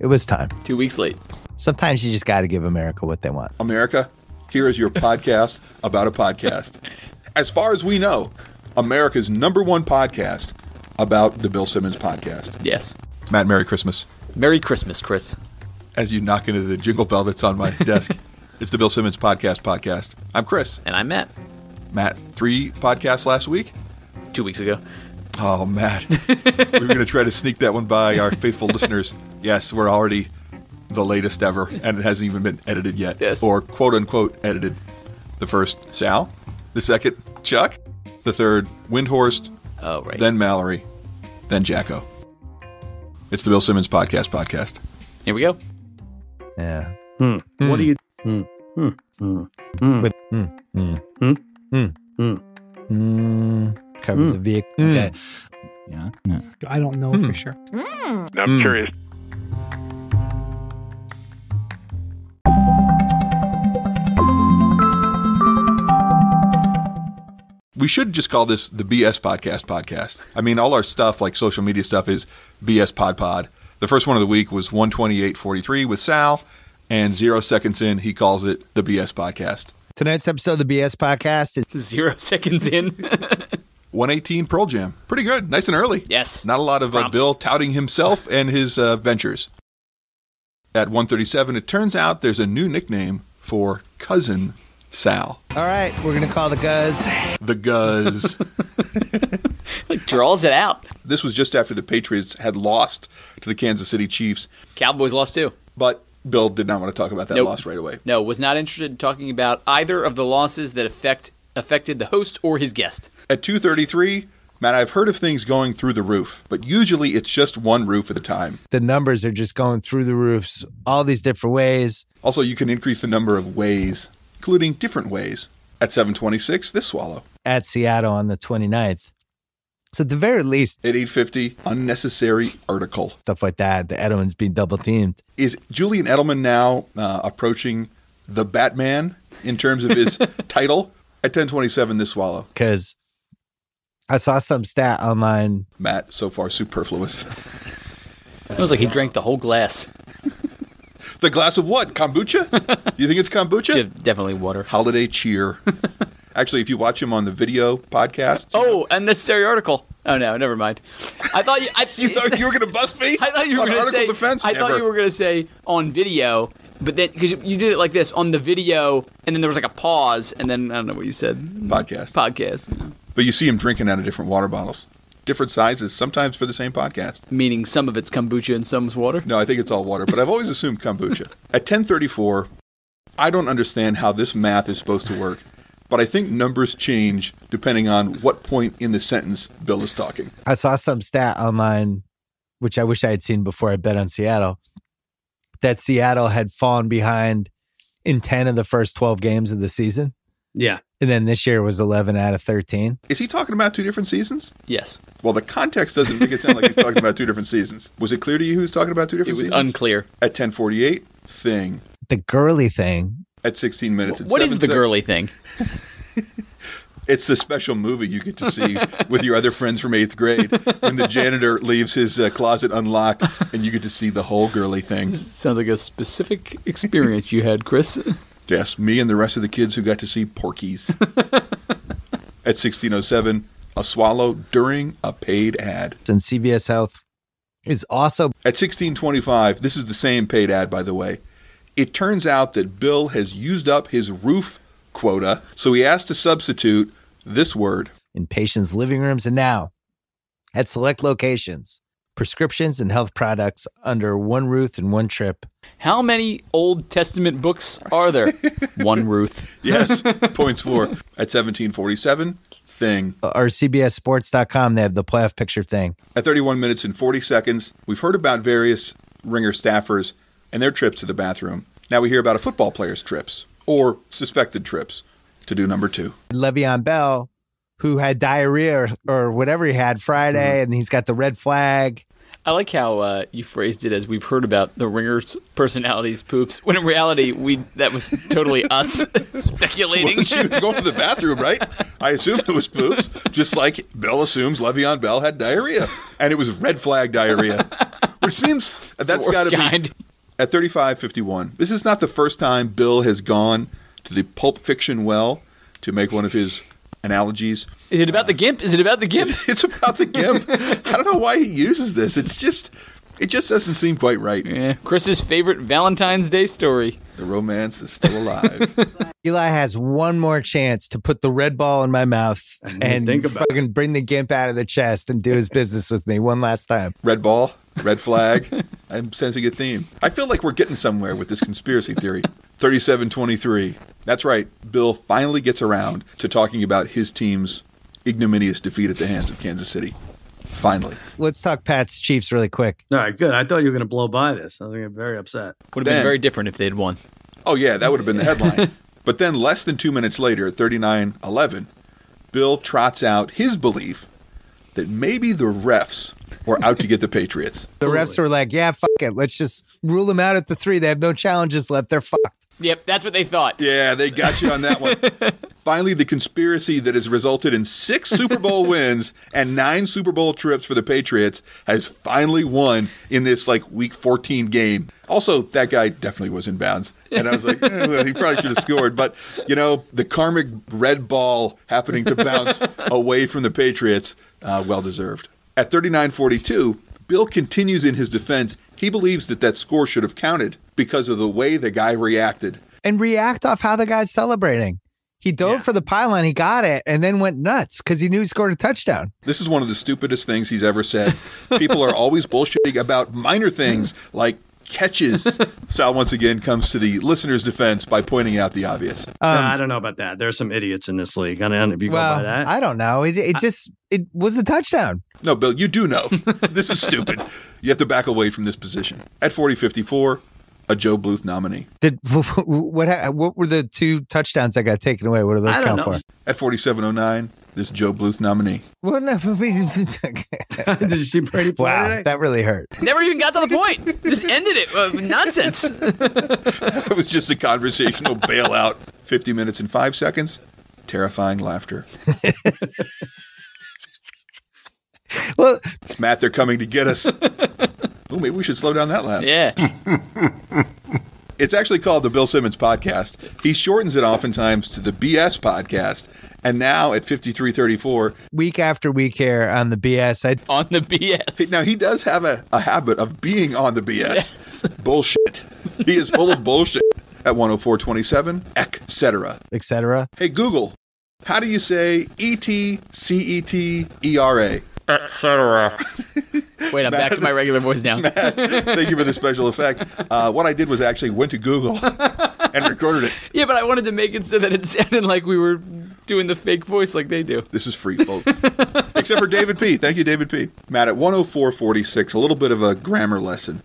It was time. Two weeks late. Sometimes you just got to give America what they want. America, here is your podcast about a podcast. As far as we know, America's number one podcast about the Bill Simmons podcast. Yes. Matt, Merry Christmas. Merry Christmas, Chris. As you knock into the jingle bell that's on my desk, it's the Bill Simmons podcast podcast. I'm Chris. And I'm Matt. Matt, three podcasts last week. Two weeks ago. Oh, Matt. we were going to try to sneak that one by our faithful listeners. Yes, we're already the latest ever, and it hasn't even been edited yet. Yes. Or quote unquote edited. The first, Sal. The second, Chuck. The third, Windhorst. Oh, right. Then Mallory. Then Jacko. It's the Bill Simmons Podcast Podcast. Here we go. Yeah. Hmm. What do you? Hmm. Covers a vehicle. Okay. Yeah. I don't know Hmm. for sure. I'm curious. We should just call this the BS Podcast Podcast. I mean, all our stuff, like social media stuff, is BS Pod Pod. The first one of the week was 128.43 with Sal, and zero seconds in, he calls it the BS Podcast. Tonight's episode of the BS podcast is Zero seconds in. 118 Pearl Jam. Pretty good. Nice and early. yes. Not a lot of uh, Prompt. Bill touting himself and his uh, ventures. At 137, it turns out there's a new nickname for Cousin Sal. all right. We're gonna call the Guz. The Guz. Like, draws it out. this was just after the Patriots had lost to the Kansas City Chiefs, Cowboys lost too. but Bill did not want to talk about that Nope. loss right away. No, was not interested in talking about either of the losses that affect affected the host or his guest. At 233, Matt, I've heard of things going through the roof, but usually it's just one roof at a time. The numbers are just going through the roofs, all these different ways. Also, you can increase the number of ways, including different ways. At 726, this swallow. At Seattle on the 29th. So at the very least, At 850, unnecessary article. stuff like that. The Edelman's being double teamed. Is Julian Edelman now uh, approaching the Batman in terms of his title? At 1027, this swallow. Because I saw some stat online. Matt, so far superfluous. It was like he drank the whole glass. the glass of what? Kombucha? You think it's kombucha? Should- Definitely water. Holiday cheer. Actually, if you watch him on the video podcast, Oh, unnecessary article. Oh no, never mind. I thought you. I, you thought you were going to bust me? I thought you were on going to article say. defense? I thought Never. you were going to say on video, but then because you did it like this on the video, and then there was like a pause, and then I don't know what you said. podcast. Podcast, you know, But you see him drinking out of different water bottles, different sizes, sometimes for the same podcast. meaning some of it's kombucha and some's water. No, I think it's all water, but I've always assumed kombucha. At 1034, I don't understand how this math is supposed to work, but I think numbers change depending on what point in the sentence Bill is talking. I saw some stat online, which I wish I had seen before I bet on Seattle, that Seattle had fallen behind in 10 of the first 12 games of the season. Yeah. And then this year was 11 out of 13. Is he talking about two different seasons? Yes, Well, the context doesn't make it sound like he's talking about two different seasons. Was it clear to you who's talking about two it different was seasons? unclear. At 1048, thing. The girly thing, At 16 minutes. and What is seven the sec- girly thing? It's a special movie you get to see with your other friends from eighth grade when the janitor leaves his uh, closet unlocked and you get to see the whole girly thing. Sounds like a specific experience you had, Chris. Yes, me and the rest of the kids who got to see Porkies. At 1607, a swallow during a paid ad. and CVS Health is also At 1625, this is the same paid ad, by the way. It turns out that Bill has used up his roof quota, so he asked to substitute this word. in patients' living rooms and now at select locations. Prescriptions and health products under one roof and one trip. How many Old Testament books are there? One Ruth. Yes, points for. At 1747, thing. Or CBSSports.com, they have the playoff picture thing. At 31 minutes and 40 seconds, we've heard about various ringer staffers and their trips to the bathroom. Now we hear about a football player's trips or suspected trips to do number two. Le'Veon Bell, who had diarrhea or, or whatever he had Friday, Mm-hmm. and he's got the red flag. I like how uh, you phrased it as we've heard about the ringer's personalities poops, when in reality we that was totally us speculating. Well, she was going to the bathroom, right? I assumed it was poops, just like Bill assumes Le'Veon Bell had diarrhea, and it was red flag diarrhea. Which seems that's got to be kind. at 35 51 this is not the first time bill has gone to the pulp fiction well to make one of his analogies Is it about the gimp? Is it about the gimp? it's about the gimp i don't know why he uses this it's just it just doesn't seem quite right yeah. Chris's favorite Valentine's Day story. the romance is still alive Eli has one more chance to put the red ball in my mouth and think about fucking bring the gimp out of the chest and do his business with me one last time. red ball red flag i'm sensing a theme i feel like we're getting somewhere with this conspiracy theory 3723 that's right bill finally gets around to talking about his team's ignominious defeat at the hands of kansas city finally Let's talk Pat's Chiefs really quick. All right, good. I thought you were going to blow by this. I was going to get very upset. Would have Then- been very different if they'd won. Oh yeah, that would have been the headline. but then less than two minutes later, at thirty nine eleven, Bill trots out his belief that maybe the refs were out to get the Patriots. The refs were like, yeah, fuck it. Let's just rule them out at the three. They have no challenges left. They're fucked. Yep, that's what they thought. Yeah, they got you on that one. Finally, the conspiracy that has resulted in six Super Bowl wins and nine Super Bowl trips for the Patriots has finally won in this like week 14 game. Also, that guy definitely was in bounds. And I was like, eh, well, he probably should have scored. But, you know, the karmic red ball happening to bounce away from the Patriots, uh, well deserved. At 39:42, Bill continues in his defense. He believes that that score should have counted because of the way the guy reacted. And react off how the guy's celebrating. He dove Yeah. for the pylon, he got it, and then went nuts because he knew he scored a touchdown. This is one of the stupidest things he's ever said. People are always bullshitting about minor things like catches. Sal once again comes to the listener's defense by pointing out the obvious. No, I don't know about that. There's some idiots in this league. I don't know if you go by Um, Well, that. I don't know. It, it just it was a touchdown. No, Bill, you do know. This is stupid. You have to back away from this position. At 4054, a Joe Bluth nominee. Did what? ha- What were the two touchdowns that got taken away? What do those I don't count know. for? At 4709, this Joe Bluth nominee. Well, no, Did you see Brady play wow, today? that really hurt. Never even got to the point. Just ended it. Uh, nonsense. That was just a conversational bailout. 50 minutes and 5 seconds. Terrifying laughter. Well, Matt, they're coming to get us. Ooh, maybe we should slow down that laugh. Yeah. It's actually called the Bill Simmons Podcast. He shortens it oftentimes to the BS Podcast. And now at 5334, week after week here on the BS, I On the BS. now he does have a, a habit of being on the BS. Bullshit. He is full of bullshit. At 10427, etc. etc. Hey, Google, how do you say E E-T-C-E-T-E-R-A? Wait, I'm back to my regular voice now. Thank you for the special effect. Uh, what I did was actually went to Google and recorded it. Yeah, but I wanted to make it so that it sounded like we were doing the fake voice like they do. This is free, folks. Except for David P. Thank you, David P. Matt, at 104.46, a little bit of a grammar lesson.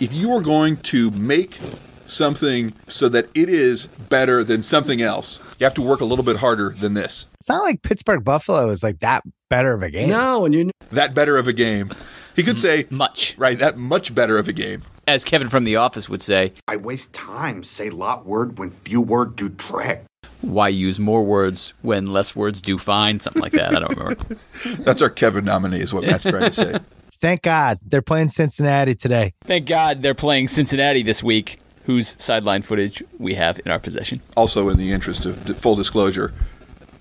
If you are going to make something so that it is better than something else, you have to work a little bit harder than this. It's not like Pittsburgh Buffalo is like that better of a game. No, and you knew That better of a game. He could say, Much. right, that much better of a game. As Kevin from The Office would say, I waste time, say lot word when few word do trick. why use more words when less words do fine? Something like that. I don't remember. That's our Kevin nominee, is what Matt's trying to say. Thank God they're playing Cincinnati today. Thank God they're playing Cincinnati this week, whose sideline footage we have in our possession. Also, in the interest of d- full disclosure,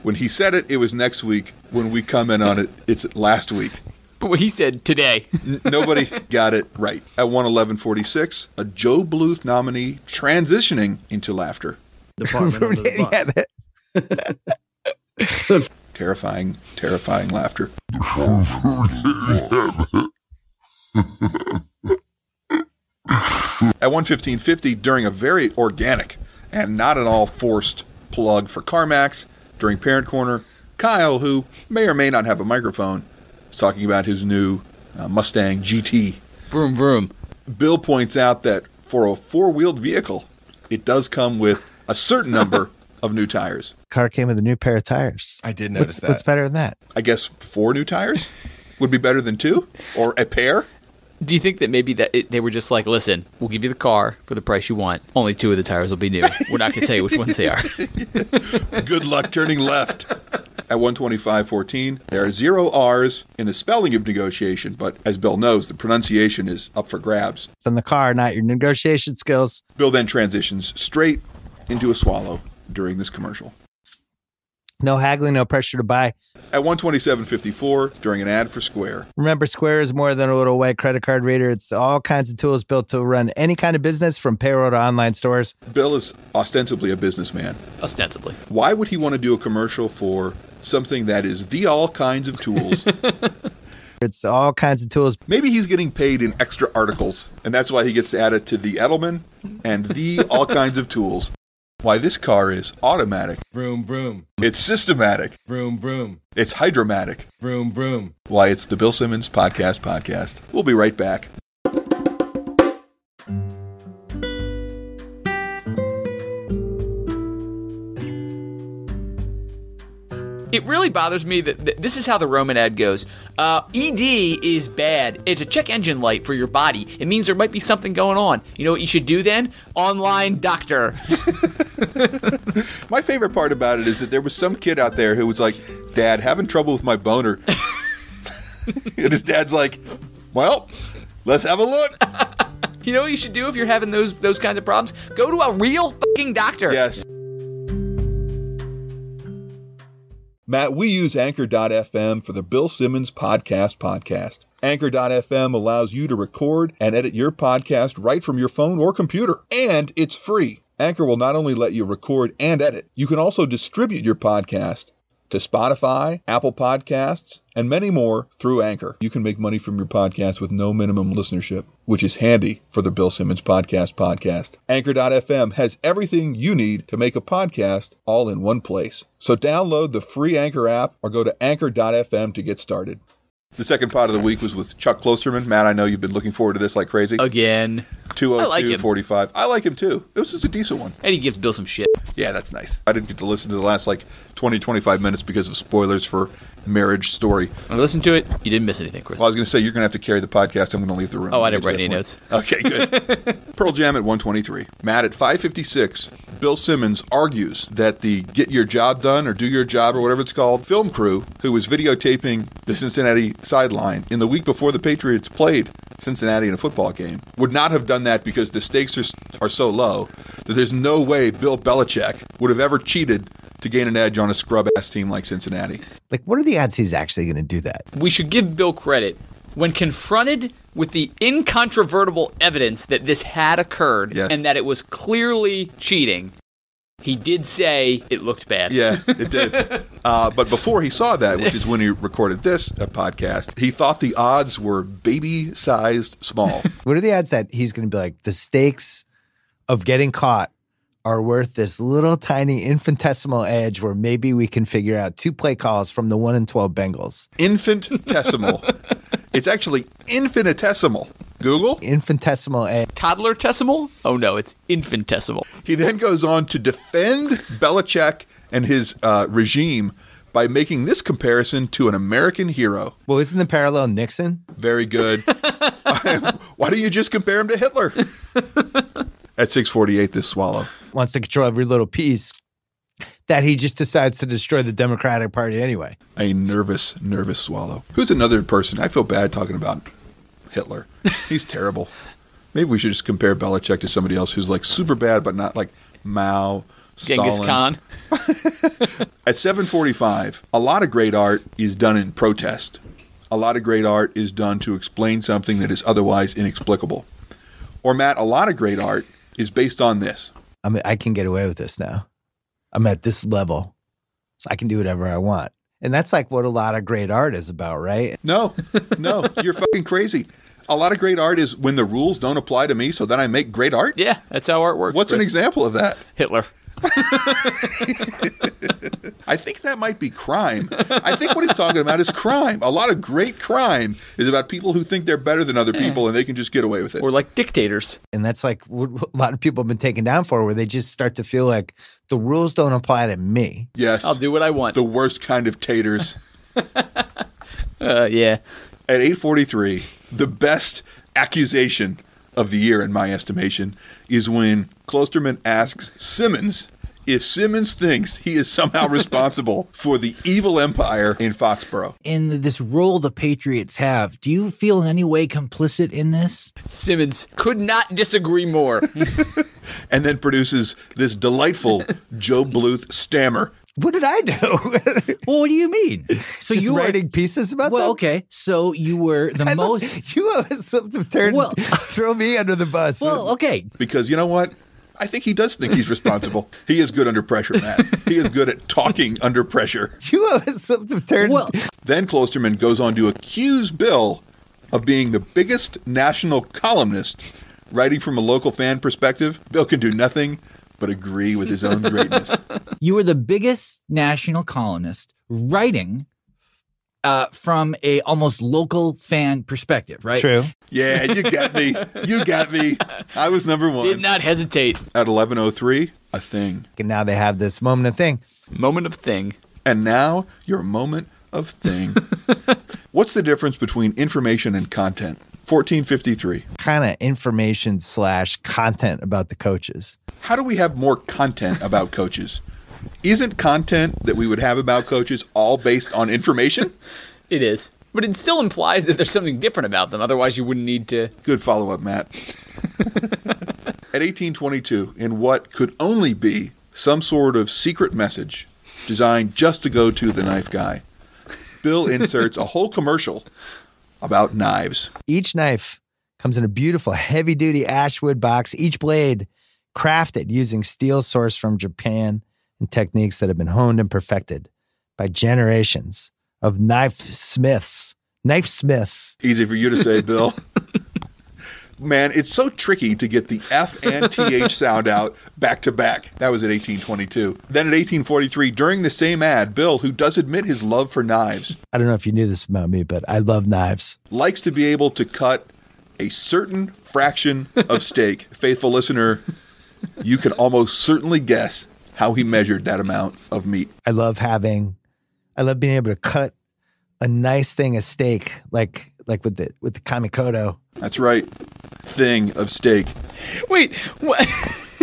when he said it, it was next week. When we comment on it, it's last week. But what he said today. Nobody got it right. At 111.46, a Joe Bluth nominee transitioning into laughter. the department under the bus. yeah, that- Terrifying, terrifying laughter. at 115.50, during a very organic and not at all forced plug for CarMax during Parent Corner, Kyle, who may or may not have a microphone, is talking about his new uh, Mustang GT. Vroom, vroom. Bill points out that for a four wheeled vehicle, it does come with a certain number of new tires. car came with a new pair of tires. I did What's, notice what's that. better than that? I guess four new tires would be better than two or a pair. Do you think that maybe that it, they were just like, listen, we'll give you the car for the price you want. Only two of the tires will be new. We're not going to tell you which ones they are. Good luck turning left. at 125.14. There are zero R's in the spelling of negotiation, but as Bill knows, the pronunciation is up for grabs. It's in the car, not your negotiation skills. Bill then transitions straight into a swallow during this commercial. No haggling, no pressure to buy. At 127.54, during an ad for Square, Remember, Square is more than a little white credit card reader. It's all kinds of tools built to run any kind of business from payroll to online stores. Bill is ostensibly a businessman. ostensibly. Why would he want to do a commercial for something that is the all kinds of tools? It's all kinds of tools. Maybe he's getting paid in extra articles, and that's why he gets to add it to the Edelman and the all kinds of tools. Why this car is automatic, Vroom, vroom, it's systematic, vroom, vroom, it's hydromatic. vroom, vroom. Why it's the Bill Simmons Podcast Podcast. We'll be right back. It really bothers me that th- this is how the Roman ad goes. Uh, ED is bad. It's a check engine light for your body. It means there might be something going on. You know what you should do then? Online doctor. My favorite part about it is that there was some kid out there who was like, Dad, having trouble with my boner. and his dad's like, Well, let's have a look. you know what you should do if you're having those those kinds of problems? Go to a real fucking doctor. Yes. Matt, we use Anchor.fm for the Bill Simmons Podcast Podcast. Anchor.fm allows you to record and edit your podcast right from your phone or computer, and it's free. Anchor will not only let you record and edit, you can also distribute your podcast to Spotify, Apple Podcasts, and many more through Anchor. You can make money from your podcast with no minimum listenership, which is handy for the Bill Simmons Podcast podcast. Anchor.fm has everything you need to make a podcast all in one place. So download the free Anchor app or go to anchor.fm to get started. The second part of the week was with Chuck Klosterman. Matt, I know you've been looking forward to this like crazy. Again. I like Oh, him. 202.45. I like him too. This was a decent one. And he gives Bill some shit. Yeah, that's nice. I didn't get to listen to the last like 20, 25 minutes because of spoilers for Marriage Story. I listened to it. You didn't miss anything, Chris. Well, I was going to say, you're going to have to carry the podcast. I'm going to leave the room. Oh, I We'll didn't get write to that point. Okay, good. Pearl Jam at 123. Matt at 556. Bill Simmons argues that the Get Your Job Done or Do Your Job or whatever it's called film crew who was videotaping the Cincinnati sideline in the week before the Patriots played Cincinnati in a football game would not have done that because the stakes are, are so low that there's no way Bill Belichick would have ever cheated to gain an edge on a scrub ass team like Cincinnati. Like, what are the odds he's actually going to do that? we should give Bill credit. When confronted with the incontrovertible evidence that this had occurred Yes. and that it was clearly cheating, he did say it looked bad. Yeah, it did. uh, but before he saw that, which is when he recorded this uh, podcast, he thought the odds were baby sized small. What are the odds that he's going to be like, the stakes of getting caught are worth this little tiny infinitesimal edge where maybe we can figure out two play calls from the 1 and 12 Bengals? Infinitesimal. it's actually infinitesimal. Google. Infinitesimal edge. Toddler tesimal? Oh no, it's infinitesimal. He then goes on to defend Belichick and his uh, regime by making this comparison to an American hero. Well, isn't the parallel Nixon? Very good. Why don't you just compare him to Hitler? At 648, this swallow. Wants to control every little piece that he just decides to destroy the Democratic Party anyway. a nervous, nervous swallow. Who's another person? I feel bad talking about Hitler. He's terrible. Maybe we should just compare Belichick to somebody else who's like super bad, but not like Mao, Genghis Stalin. Khan. At 7:45, a lot of great art is done in protest. A lot of great art is done to explain something that is otherwise inexplicable. Or Matt, a lot of great art is based on this. I mean, I can get away with this now. I'm at this level, so I can do whatever I want. And that's like what a lot of great art is about, right? No, no, you're fucking crazy. A lot of great art is when the rules don't apply to me, so then I make great art. Yeah, that's how art works. What's an Chris. example of that? Hitler. I think that might be crime. I think what he's talking about is crime. A lot of great crime is about people who think they're better than other people and they can just get away with it. Or like dictators. And that's like what what a lot of people have been taken down for, where they just start to feel like the rules don't apply to me. yes. I'll do what I want. the worst kind of taters. Uh, yeah. At 8:43, the best accusation of the year in my estimation is when Klosterman asks Simmons if Simmons thinks he is somehow responsible for the evil empire in Foxborough. in this role the Patriots have. Do you feel in any way complicit in this? Simmons could not disagree more. and then produces this delightful Joe Bluth stammer. What did I do? Well, what do you mean? So Just you were- writing pieces about well, them? okay. So you were the I love- most. you always love to turn, Well- throw me under the bus. Well, okay. Because you know what? I think he does think he's responsible. he is good under pressure, Matt. He is good at talking under pressure. you always love to turn. Well, Then Closterman goes on to accuse Bill of being the biggest national columnist. Writing from a local fan perspective, Bill can do nothing but agree with his own greatness. you were the biggest national columnist writing uh, from a almost local fan perspective, right? True. Yeah, you got me. You got me. I was number Did one not hesitate. at 11:03. A thing. And now they have this moment of thing. Moment of thing. And now your moment of thing. What's the difference between information and content? 1453. Kind of information slash content about the coaches. How do we have more content about coaches? Isn't content that we would have about coaches all based on information? It is. But it still implies that there's something different about them. Otherwise, you wouldn't need to. Good follow up, Matt. At 1822, in what could only be some sort of secret message designed just to go to the knife guy, Bill inserts a whole commercial about knives. Each knife comes in a beautiful heavy duty ash wood box, each blade crafted using steel sourced from Japan and techniques that have been honed and perfected by generations of knife smiths. Knife smiths. Easy for you to say, Bill. Man, it's so tricky to get the F and TH sound out back to back. That was at 1822. Then at 1843, during the same ad, Bill, who does admit his love for knives, I don't know if you knew this about me, but I love knives. likes to be able to cut a certain fraction of steak. Faithful listener, you can almost certainly guess how he measured that amount of meat. I love having, I love being able to cut a nice thing, a steak, like like with the with the kamikoto. That's right. Thing of steak. Wait, what?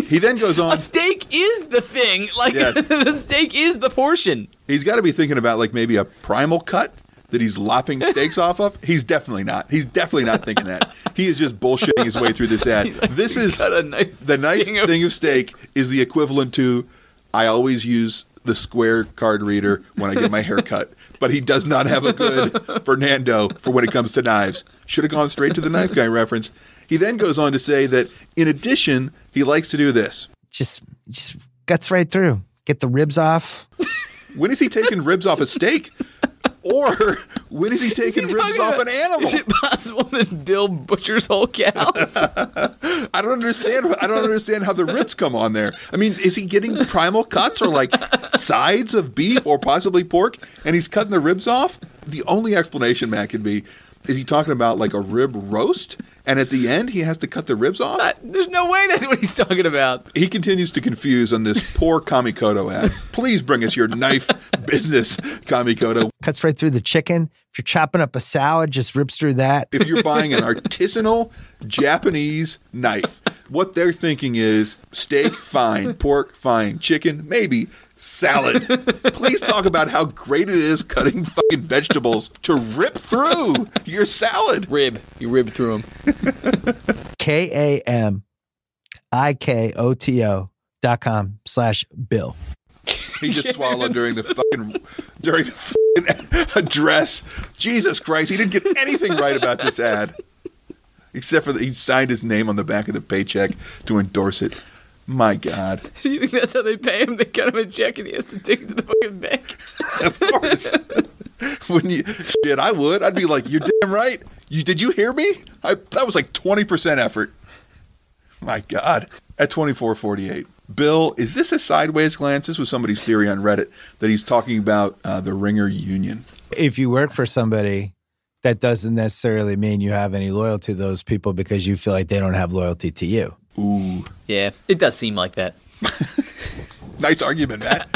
He then goes a on. steak is the thing. Like, Yes. the steak is the portion. He's got to be thinking about like maybe a primal cut that he's lopping steaks off of. He's definitely not. He's definitely not thinking that. He is just bullshitting his way through this ad. This is Got a nice the nice thing, of steak is the equivalent to I always use the square card reader when I get my hair cut. But he does not have a good Fernando for when it comes to knives. Should have gone straight to the knife guy reference. He then goes on to say that in addition, he likes to do this. Just just guts right through. Get the ribs off. When is he taking ribs off a steak? Or when is he taking He's ribs talking off about- an animal? Is it possible that Bill butchers whole cows? I don't understand. I don't understand how the ribs come on there. I mean, is he getting primal cuts or like sides of beef or possibly pork, and he's cutting the ribs off? The only explanation Matt could be is he talking about like a rib roast, and at the end he has to cut the ribs off. There's no way that's what he's talking about. He continues to confuse on this poor Kamikoto ad. Please bring us your knife business, Kamikoto. Cuts right through the chicken. If you're chopping up a salad, just rips through that. if you're buying an artisanal Japanese knife, what they're thinking is steak, fine, pork, fine, chicken, maybe salad. Please talk about how great it is cutting fucking vegetables to rip through your salad. Rib. You rib through him. K A M I K O T O dot com slash Bill. He just swallowed during the fucking during the fucking address. Jesus Christ, he didn't get anything right about this ad. Except for that he signed his name on the back of the paycheck to endorse it. My God. Do you think that's how they pay him? They cut him a check and he has to take it to the fucking bank. of course. Wouldn't you? Shit, I would. I'd be like, "You're damn right." You did you hear me? I that was like twenty percent effort. My God. At twenty four forty eight, Bill, is this a sideways glance? This was somebody's theory on Reddit that he's talking about uh, the Ringer Union. If you work for somebody, that doesn't necessarily mean you have any loyalty to those people because you feel like they don't have loyalty to you. Ooh, Yeah, it does seem like that. nice argument, Matt.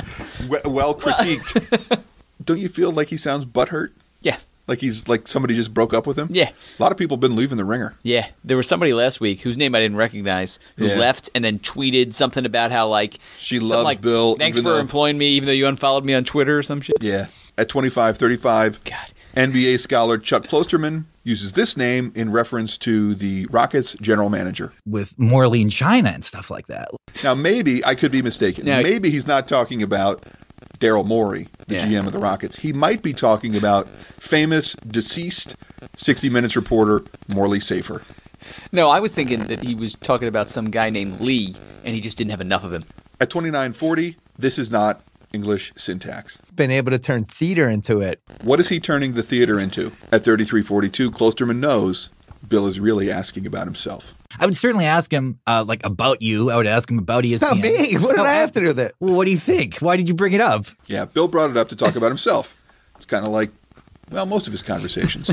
well, well critiqued. Don't you feel like he sounds butthurt? Yeah. Like he's like somebody just broke up with him. Yeah. A lot of people have been leaving the ringer. Yeah, there was somebody last week whose name I didn't recognize who Yeah. left and then tweeted something about how like She something loves like, Bill, Thanks even for though- employing me, even though you unfollowed me on Twitter or some shit. Yeah. At 25, 35, God. NBA scholar Chuck Klosterman uses this name in reference to the Rockets general manager. with Morlene China and stuff like that. Now, maybe I could be mistaken. Now- maybe he's not talking about Daryl Morey, the Yeah. GM of the Rockets. He might be talking about famous deceased 60 Minutes reporter Morley Safer. No, I was thinking that he was talking about some guy named Lee, and he just didn't have enough of him. At 2940, this is not English syntax. Been able to turn theater into it. What is he turning the theater into? At 3342, Klosterman knows Bill is really asking about himself. I would certainly ask him uh, like about you. I would ask him about E ESPN. It's not me. What did I have to do with it? Well, what do you think? Why did you bring it up? Yeah, Bill brought it up to talk about himself. It's kind of like, well, most of his conversations.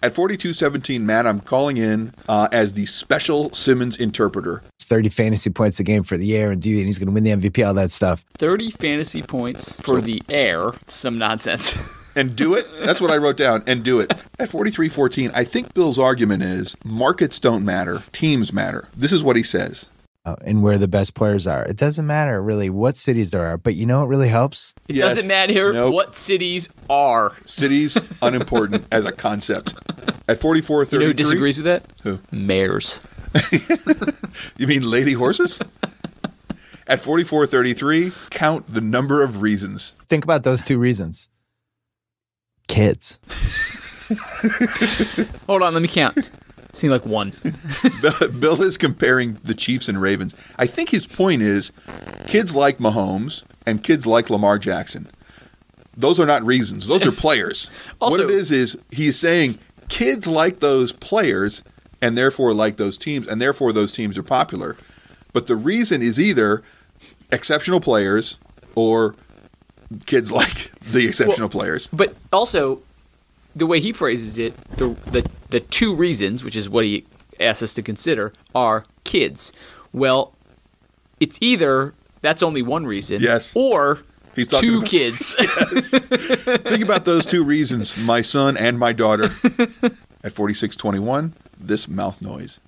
At 4217, Matt, I'm calling in uh, as the special Simmons interpreter. It's 30 fantasy points a game for the year and dude, and he's going to win the MVP, all that stuff. Thirty fantasy points for the air. Some nonsense. And do it. That's what I wrote down. And do it. At 4314, I think Bill's argument is markets don't matter, teams matter. This is what he says. Uh, and where the best players are. It doesn't matter really what cities there are, but you know what really helps? It Yes. doesn't matter Nope. what cities are. Cities, unimportant as a concept. At You know who 4433. disagrees with that? Who? Mayors. You mean lady horses? At 4433, count the number of reasons. Think about those two reasons. Kids. Hold on, let me count. Seemed like one. Bill, Bill is comparing the Chiefs and Ravens. I think his point is kids like Mahomes and kids like Lamar Jackson. Those are not reasons. Those are players. Also- what it is is he's saying kids like those players and therefore like those teams and therefore those teams are popular. But the reason is either exceptional players or kids like the exceptional players. But also, the way he phrases it, the the the two reasons, which is what he asks us to consider, are kids. Well, it's either that's only one reason, Yes. or He's talking two about- kids. Think about those two reasons, my son and my daughter. At 4621, this mouth noise.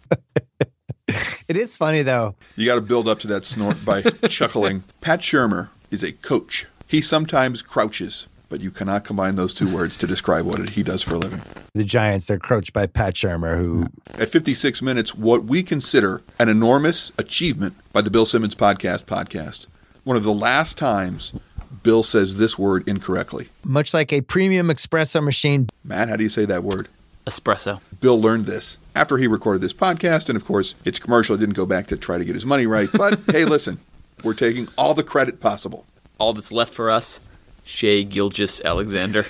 It is funny though. You got to build up to that snort by chuckling. Pat Shermer is a coach. He sometimes crouches, but you cannot combine those two words to describe what it- he does for a living. The Giants, they're coached by Pat Shermer, who At 56 minutes, what we consider an enormous achievement by the Bill Simmons Podcast podcast. One of the last times Bill says this word incorrectly. much like a premium espresso machine, Matt, how do you say that word? Espresso. Bill learned this after he recorded this podcast. And of course, it's commercial. I didn't go back to try to get his money right. But hey, listen, we're taking all the credit possible. All that's left for us, Shea Gilgis Alexander.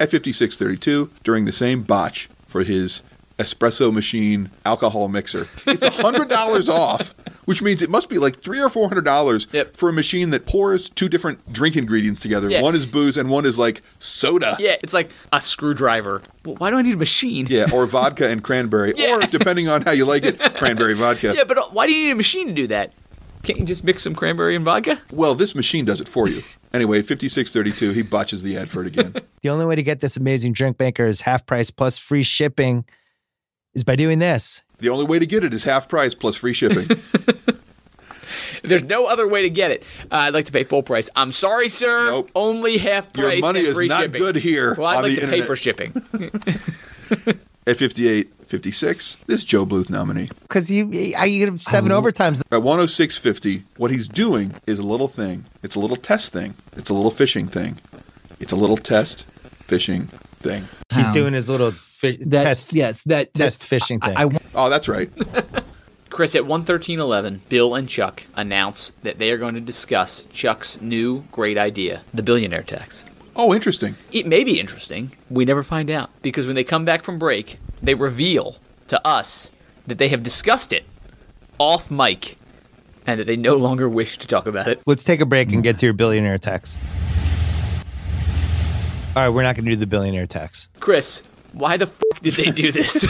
At 5632, during the same botch for his espresso machine alcohol mixer, it's $100 off, which means it must be like three or $400 Yep. for a machine that pours two different drink ingredients together. Yeah. One is booze and one is like soda. yeah, it's like a screwdriver. Well, why do I need a machine? Yeah, or vodka and cranberry, or depending on how you like it, cranberry vodka. Yeah, but uh, why do you need a machine to do that? Can't you just mix some cranberry and vodka? Well, this machine does it for you. Anyway, at 5632, he botches the ad for it again. The only way to get this amazing drink maker's half price plus free shipping is by doing this. The only way to get it is half price plus free shipping. There's no other way to get it. Uh, I'd like to pay full price. I'm sorry, sir. Nope. Only half Your price. money and is free not shipping. good here Well, I'd on like the to pay internet. for shipping. At 5856, this is Joe Bluth nominee. Because you, I, you have seven overtimes. At 10650, what he's doing is a little thing. It's a little test thing. It's a little fishing thing. It's a little test fishing thing. He's Town. doing his little fi- That test, yes, that test that, fishing I- thing. I, want Oh, that's right. Chris, at 113.11, Bill and Chuck announce that they are going to discuss Chuck's new great idea, the billionaire tax. Oh, interesting. It may be interesting. We never find out. Because when they come back from break, they reveal to us that they have discussed it off mic and that they no longer wish to talk about it. Let's take a break and get to your billionaire tax. All right, we're not going to do the billionaire tax. Chris, why the fuck did they do this?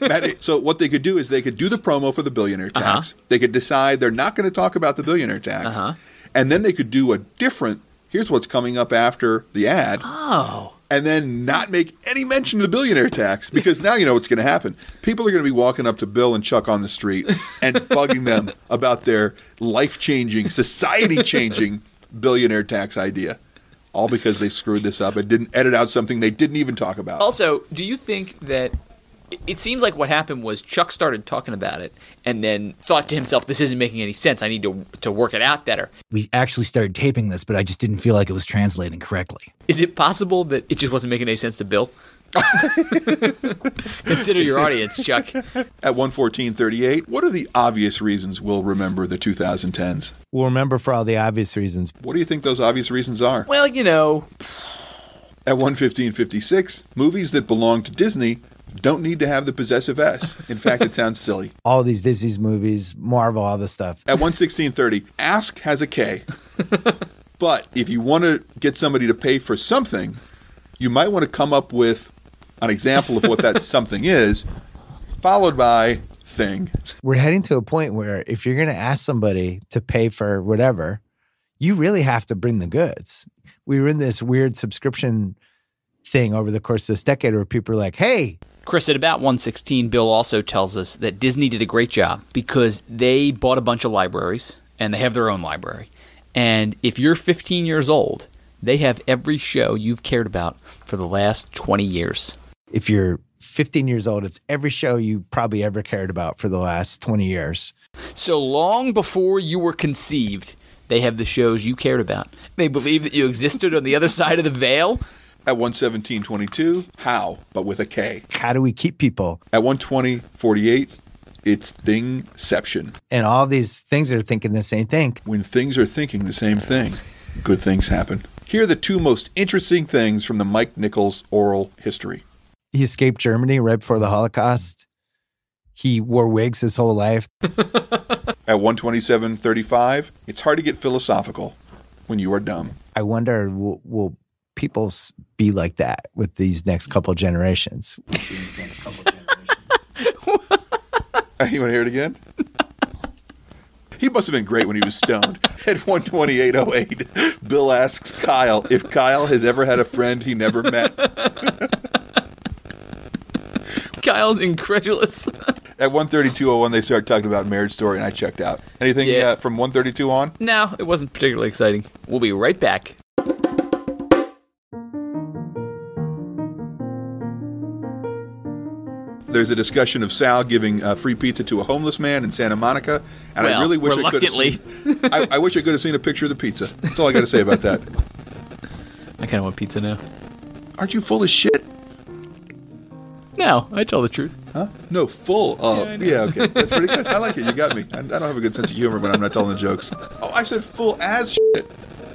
Matt, so what they could do is they could do the promo for the billionaire tax. They could decide they're not going to talk about the billionaire tax, Uh-huh. and then they could do a different. Here's what's coming up after the ad. oh. and then not make any mention of the billionaire tax because now you know what's going to happen. People are going to be walking up to Bill and Chuck on the street and bugging them about their life changing, society changing billionaire tax idea, all because they screwed this up and didn't edit out something they didn't even talk about. Also, do you think that it- it seems like what happened was Chuck started talking about it and then thought to himself, "This isn't making any sense. I need to to work it out better." We actually started taping this, but I just didn't feel like it was translating correctly. Is it possible that it just wasn't making any sense to Bill? Consider your audience, Chuck. At 114.38, what are the obvious reasons we'll remember the 2010s? We'll remember for all the obvious reasons. What do you think those obvious reasons are? Well, you know, At 115.56, movies that belong to Disney don't need to have the possessive S. In fact, it sounds silly. All these Disney's movies, Marvel, all this stuff. At 116.30, ask has a K. but if you want to get somebody to pay for something, you might want to come up with an example of what that something is, followed by thing. We're heading to a point where if you're going to ask somebody to pay for whatever, you really have to bring the goods. We were in this weird subscription thing over the course of this decade where people are like, hey, Chris, at about 116, Bill also tells us that Disney did a great job because they bought a bunch of libraries and they have their own library. And if you're 15 years old, they have every show you've cared about for the last 20 years. if you're 15 years old, it's every show you probably ever cared about for the last 20 years. So long before you were conceived, they have the shows you cared about. They believe that you existed on the other side of the veil. At 117.22, how, but with a K. How do we keep people? At 120.48, it's thingception. And all these things are thinking the same thing. When things are thinking the same thing, good things happen. Here are the two most interesting things from the Mike Nichols oral history. He escaped Germany right before the Holocaust. He wore wigs his whole life. At 127.35, it's hard to get philosophical when you are dumb. I wonder will, will people s- be like that with these next couple generations? You want to hear it again? He must have been great when he was stoned. At 128.08, Bill asks Kyle if Kyle has ever had a friend he never met. Kyle's incredulous. At 132.01, they start talking about marriage story, and I checked out. Anything Yeah. uh, from 132 on? no, it wasn't particularly exciting. We'll be right back. There's a discussion of Sal giving uh, free pizza to a homeless man in Santa Monica, and I Well, really wish I could have reluctantly. seen. I, I wish I could have seen a picture of the pizza. That's all I got to say about that. I kind of want pizza now. Aren't you full of shit? No, I tell the truth. Huh? No, full of. Yeah, okay. That's pretty good. I like it. You got me. I, I don't have a good sense of humor when I'm not telling the jokes. Oh, I said full as shit.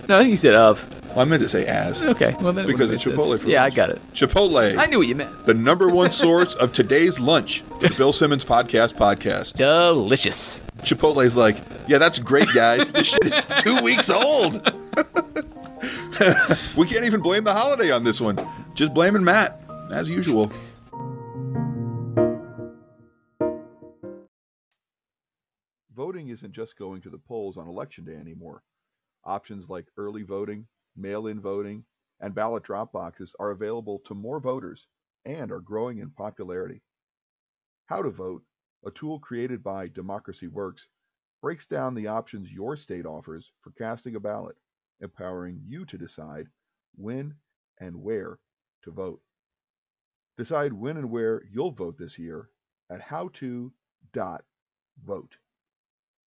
No, I think you said of. Well, I meant to say as. Okay, well then it Because wouldn't it's make sense. Chipotle for Yeah, I lunch. got it. Chipotle. I knew what you meant. The number one source of today's lunch for the Bill Simmons Podcast podcast. Delicious. Chipotle's like, yeah, that's great, guys. This shit is two weeks old. we can't even blame the holiday on this one. Just blaming Matt, as usual. Voting isn't just going to the polls on election day anymore. Options like early voting, mail in voting, and ballot drop boxes are available to more voters and are growing in popularity. How to Vote a tool created by Democracy Works, breaks down the options your state offers for casting a ballot, empowering you to decide when and where to vote. Decide when and where you'll vote this year at howto.vote.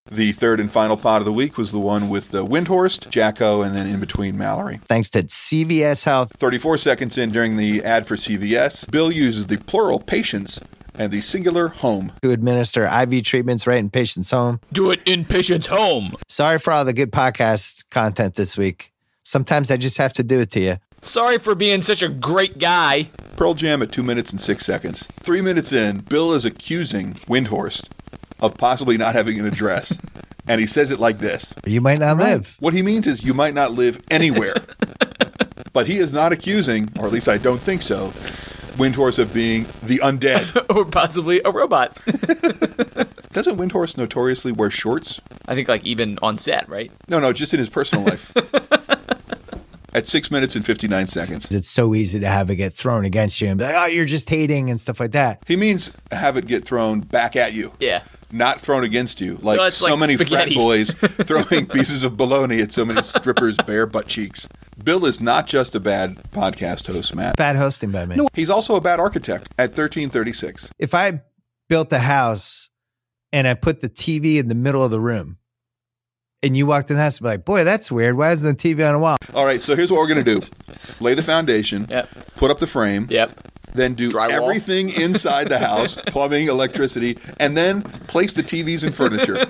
The third and final pot of the week was the one with the Windhorst, Jacko, and then in between Mallory. Thanks to CVS Health. 34 seconds in during the ad for CVS, Bill uses the plural patients and the singular home. who administer IV treatments right in patients' home. Do it in patient's home. Sorry for all the good podcast content this week. Sometimes I just have to do it to you. Sorry for being such a great guy. Pearl Jam at two minutes and six seconds. Three minutes in, Bill is accusing Windhorst of possibly not having an address. and he says it like this You might not live. What he means is you might not live anywhere. but he is not accusing, or at least I don't think so, Windhorst of being the undead. or possibly a robot. Doesn't Windhorst notoriously wear shorts? I think like even on set, right? No, no, just in his personal life. at six minutes and 59 seconds. It's so easy to have it get thrown against you and be like, oh, you're just hating and stuff like that. He means have it get thrown back at you. Yeah. Not thrown against you. Like No, it's so like many frat spaghetti. boys throwing pieces of bologna at so many strippers' bare butt cheeks. Bill is not just a bad podcast host, Matt. Bad hosting by me. He's also a bad architect at 1336. If I built a house and I put the TV in the middle of the room and you walked in the house and be like, boy, that's weird. Why isn't the TV on a wall? All right, so here's what we're going to do lay the foundation, Yep. put up the frame, Yep. then do Drywall. everything inside the house plumbing, electricity, and then place the TVs and furniture.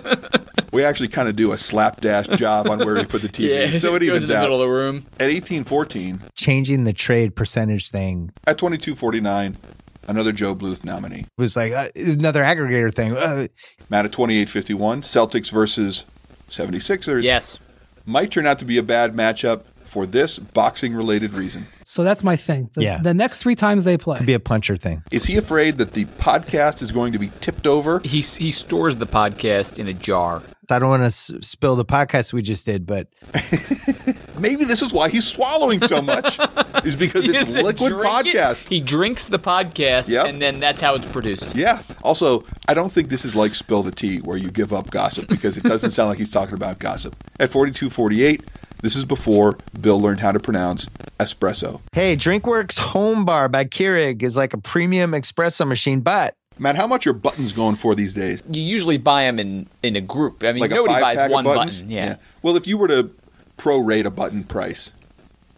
we actually kind of do a slapdash job on where we put the TV. Yeah. so it goes evens in the out. middle of the room. At 1814, Changing the trade percentage thing at 2249, another Joe Bluth nominee. was like uh, another aggregator thing. Uh, Matt at 2851, Celtics versus 76ers. Yes. Might turn out to be a bad matchup for this boxing related reason. So that's my thing. The, Yeah. the next three times they play, could be a puncher thing. Is he afraid that the podcast is going to be tipped over? He he stores the podcast in a jar. I don't want to s- spill the podcast we just did, but Maybe this is why he's swallowing so much, is because He it's doesn't liquid drink it. podcast. He drinks the podcast, Yep. and then that's how it's produced. Yeah. Also, I don't think this is like spill the tea where you give up gossip because it doesn't sound like he's talking about gossip. At 4248, this is before Bill learned how to pronounce espresso. hey, DrinkWorks Home Bar by Keurig is like a premium espresso machine, but Matt, how much are buttons going for these days? You usually buy them in in a group. I mean, Like nobody a five pack buys of one buttons? button. Yeah. Well, if you were to prorate a button price,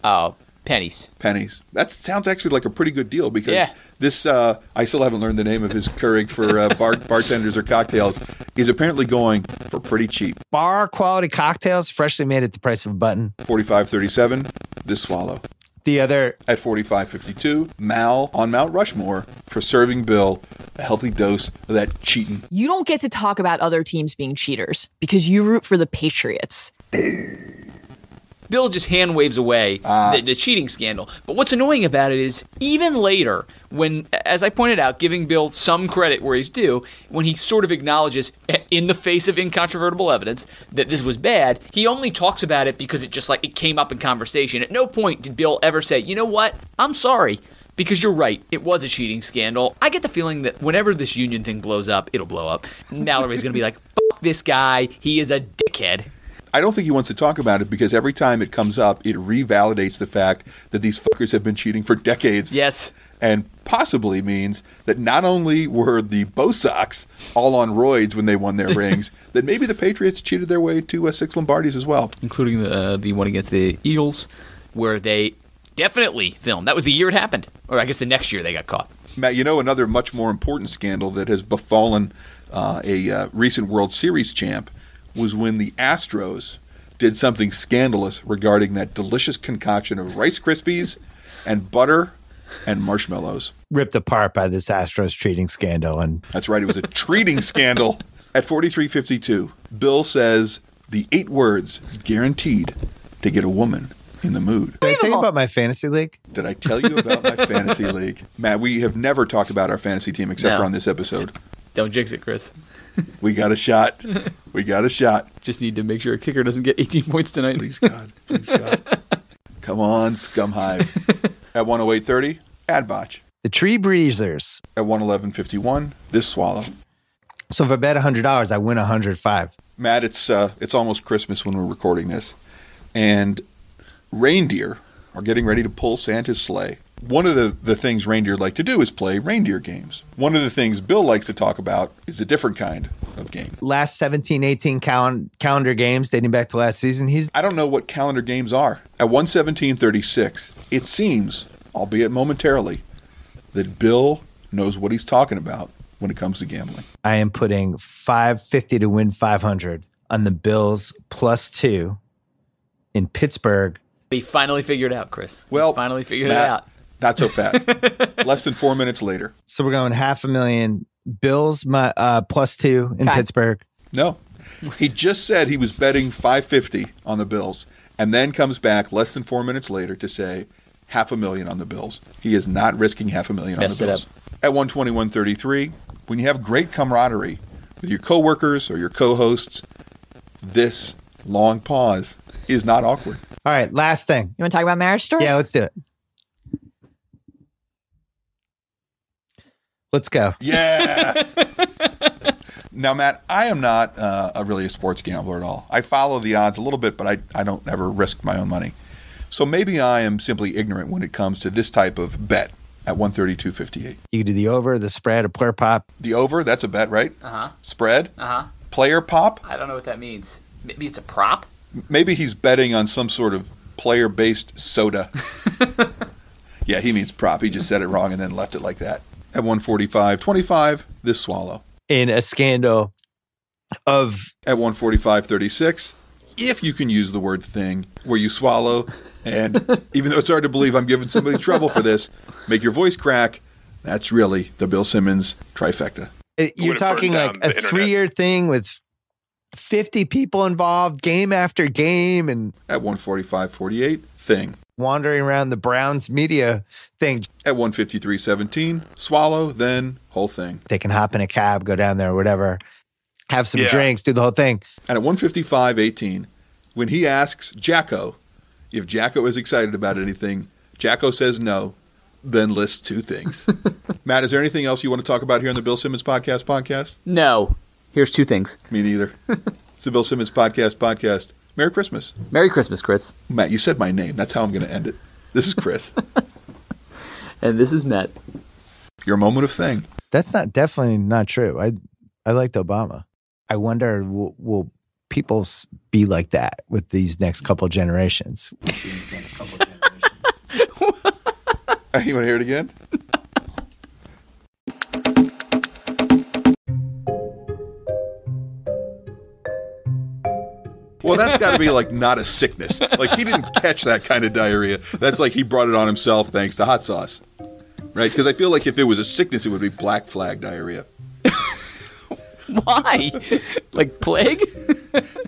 Oh, pennies. pennies. That sounds actually like a pretty good deal because Yeah. this uh, I still haven't learned the name of his Keurig for uh, bar- bartenders or cocktails. He's apparently going for pretty cheap. bar quality cocktails freshly made at the price of a button. 45.37 this swallow. The other At 45.52, Mal on Mount Rushmore for serving Bill a healthy dose of that cheating. You don't get to talk about other teams being cheaters because you root for the Patriots. Bill just hand waves away the, the cheating scandal. But what's annoying about it is even later, when, as I pointed out, giving Bill some credit where he's due, when he sort of acknowledges, eh, in the face of incontrovertible evidence, that this was bad, he only talks about it because it just like it came up in conversation. At no point did Bill ever say, you know what, I'm sorry. Because you're right, it was a cheating scandal. I get the feeling that whenever this union thing blows up, it'll blow up. Mallory's gonna be like, "Fuck this guy, he is a dickhead." I don't think he wants to talk about it because every time it comes up, it revalidates the fact that these fuckers have been cheating for decades. Yes. and possibly means that not only were the Bo Sox all on roids when they won their rings, that maybe the Patriots cheated their way to uh, six Lombardies as well. including the, uh, the one against the Eagles, where they definitely filmed. That was the year it happened, or I guess the next year they got caught. Matt, you know another much more important scandal that has befallen uh, a uh, recent World Series champ was when the Astros did something scandalous regarding that delicious concoction of Rice Krispies and butter and marshmallows. ripped apart by this Astros treating scandal and That's right. It was a treating scandal. At 4352, Bill says the eight words guaranteed to get a woman in the mood. Did I tell you about my fantasy league? Did I tell you about my fantasy league? Matt, we have never talked about our fantasy team except No. for on this episode. Don't jinx it, Chris. We got a shot. We got a shot. Just need to make sure a kicker doesn't get 18 points tonight. Please God. Please God. Come on, scum hive. At 10830, Adbotch. The Tree Breezers. At 11151, this swallow. So if I bet hundred dollars, I win hundred five. Matt, it's uh, it's almost Christmas when we're recording this, and reindeer are getting ready to pull Santa's sleigh. One of the, the things reindeer like to do is play reindeer games. One of the things Bill likes to talk about is a different kind of game. Last 17, 18 cal- calendar games dating back to last season, he's I don't know what calendar games are. At 117.36, it seems, albeit momentarily, that Bill knows what he's talking about when it comes to gambling. I am putting 550 to win 500 on the Bills plus 2 in Pittsburgh. He finally figured out, Chris. He Well, finally figured Matt, it out. Not so fast. Less than four minutes later. So we're going half a million Bills my, uh, plus 2 in Okay. Pittsburgh. No. He just said he was betting 550 on the Bills and then comes back less than 4 minutes later to say half a million on the Bills. He is not risking half a million Messed on the it Bills. At 121.33, when you have great camaraderie with your coworkers or your co-hosts, this long pause is not awkward. All right, last thing. You want to talk about Marriage Story? Yeah, let's do it. Let's go. Yeah. now, Matt, I am not uh, a really a sports gambler at all. I follow the odds a little bit, but I, I don't ever risk my own money. So maybe I am simply ignorant when it comes to this type of bet at 132.58. You can do the over, the spread, a player pop. The over, that's a bet, right? Uh huh. Spread, Uh huh. player pop. I don't know what that means. Maybe it's a prop. Maybe he's betting on some sort of player based soda. yeah, he means prop. He just said it wrong and then left it like that. At 145.25, this swallow. In a scandal of at 145.36 if you can use the word thing where you swallow and even though it's hard to believe i'm giving somebody trouble for this make your voice crack that's really the bill simmons trifecta It- Uh, would've you're burned talking like down a the internet. three year thing with 50 people involved, game after game, and at 145.48 thing wandering around the Browns media thing. at 153.17 swallow then whole thing They can hop in a cab, go down there, whatever, have some Yeah. drinks, do the whole thing. and at 155.18 when he asks jacko if jacko is excited about anything jacko says no then lists two things matt is there anything else you want to talk about here on the bill simmons podcast podcast No. Here's two things. Me neither. it's the Bill Simmons Podcast Podcast. Merry Christmas. Merry Christmas, Chris. Matt, you said my name. That's how I'm going to end it. This is Chris. And this is Matt. Your moment of thing. That's not definitely not true. I, I liked Obama. I wonder, will, will people s- be like that with these next couple generations? You want to hear it again? Well, that's got to be like not a sickness. Like he didn't catch that kind of diarrhea. That's like he brought it on himself thanks to hot sauce. Right? Because I feel like if it was a sickness, it would be black flag diarrhea. Why? like plague?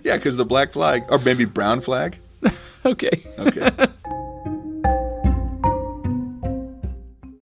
Yeah, because the black flag, or maybe brown flag. Okay. Okay.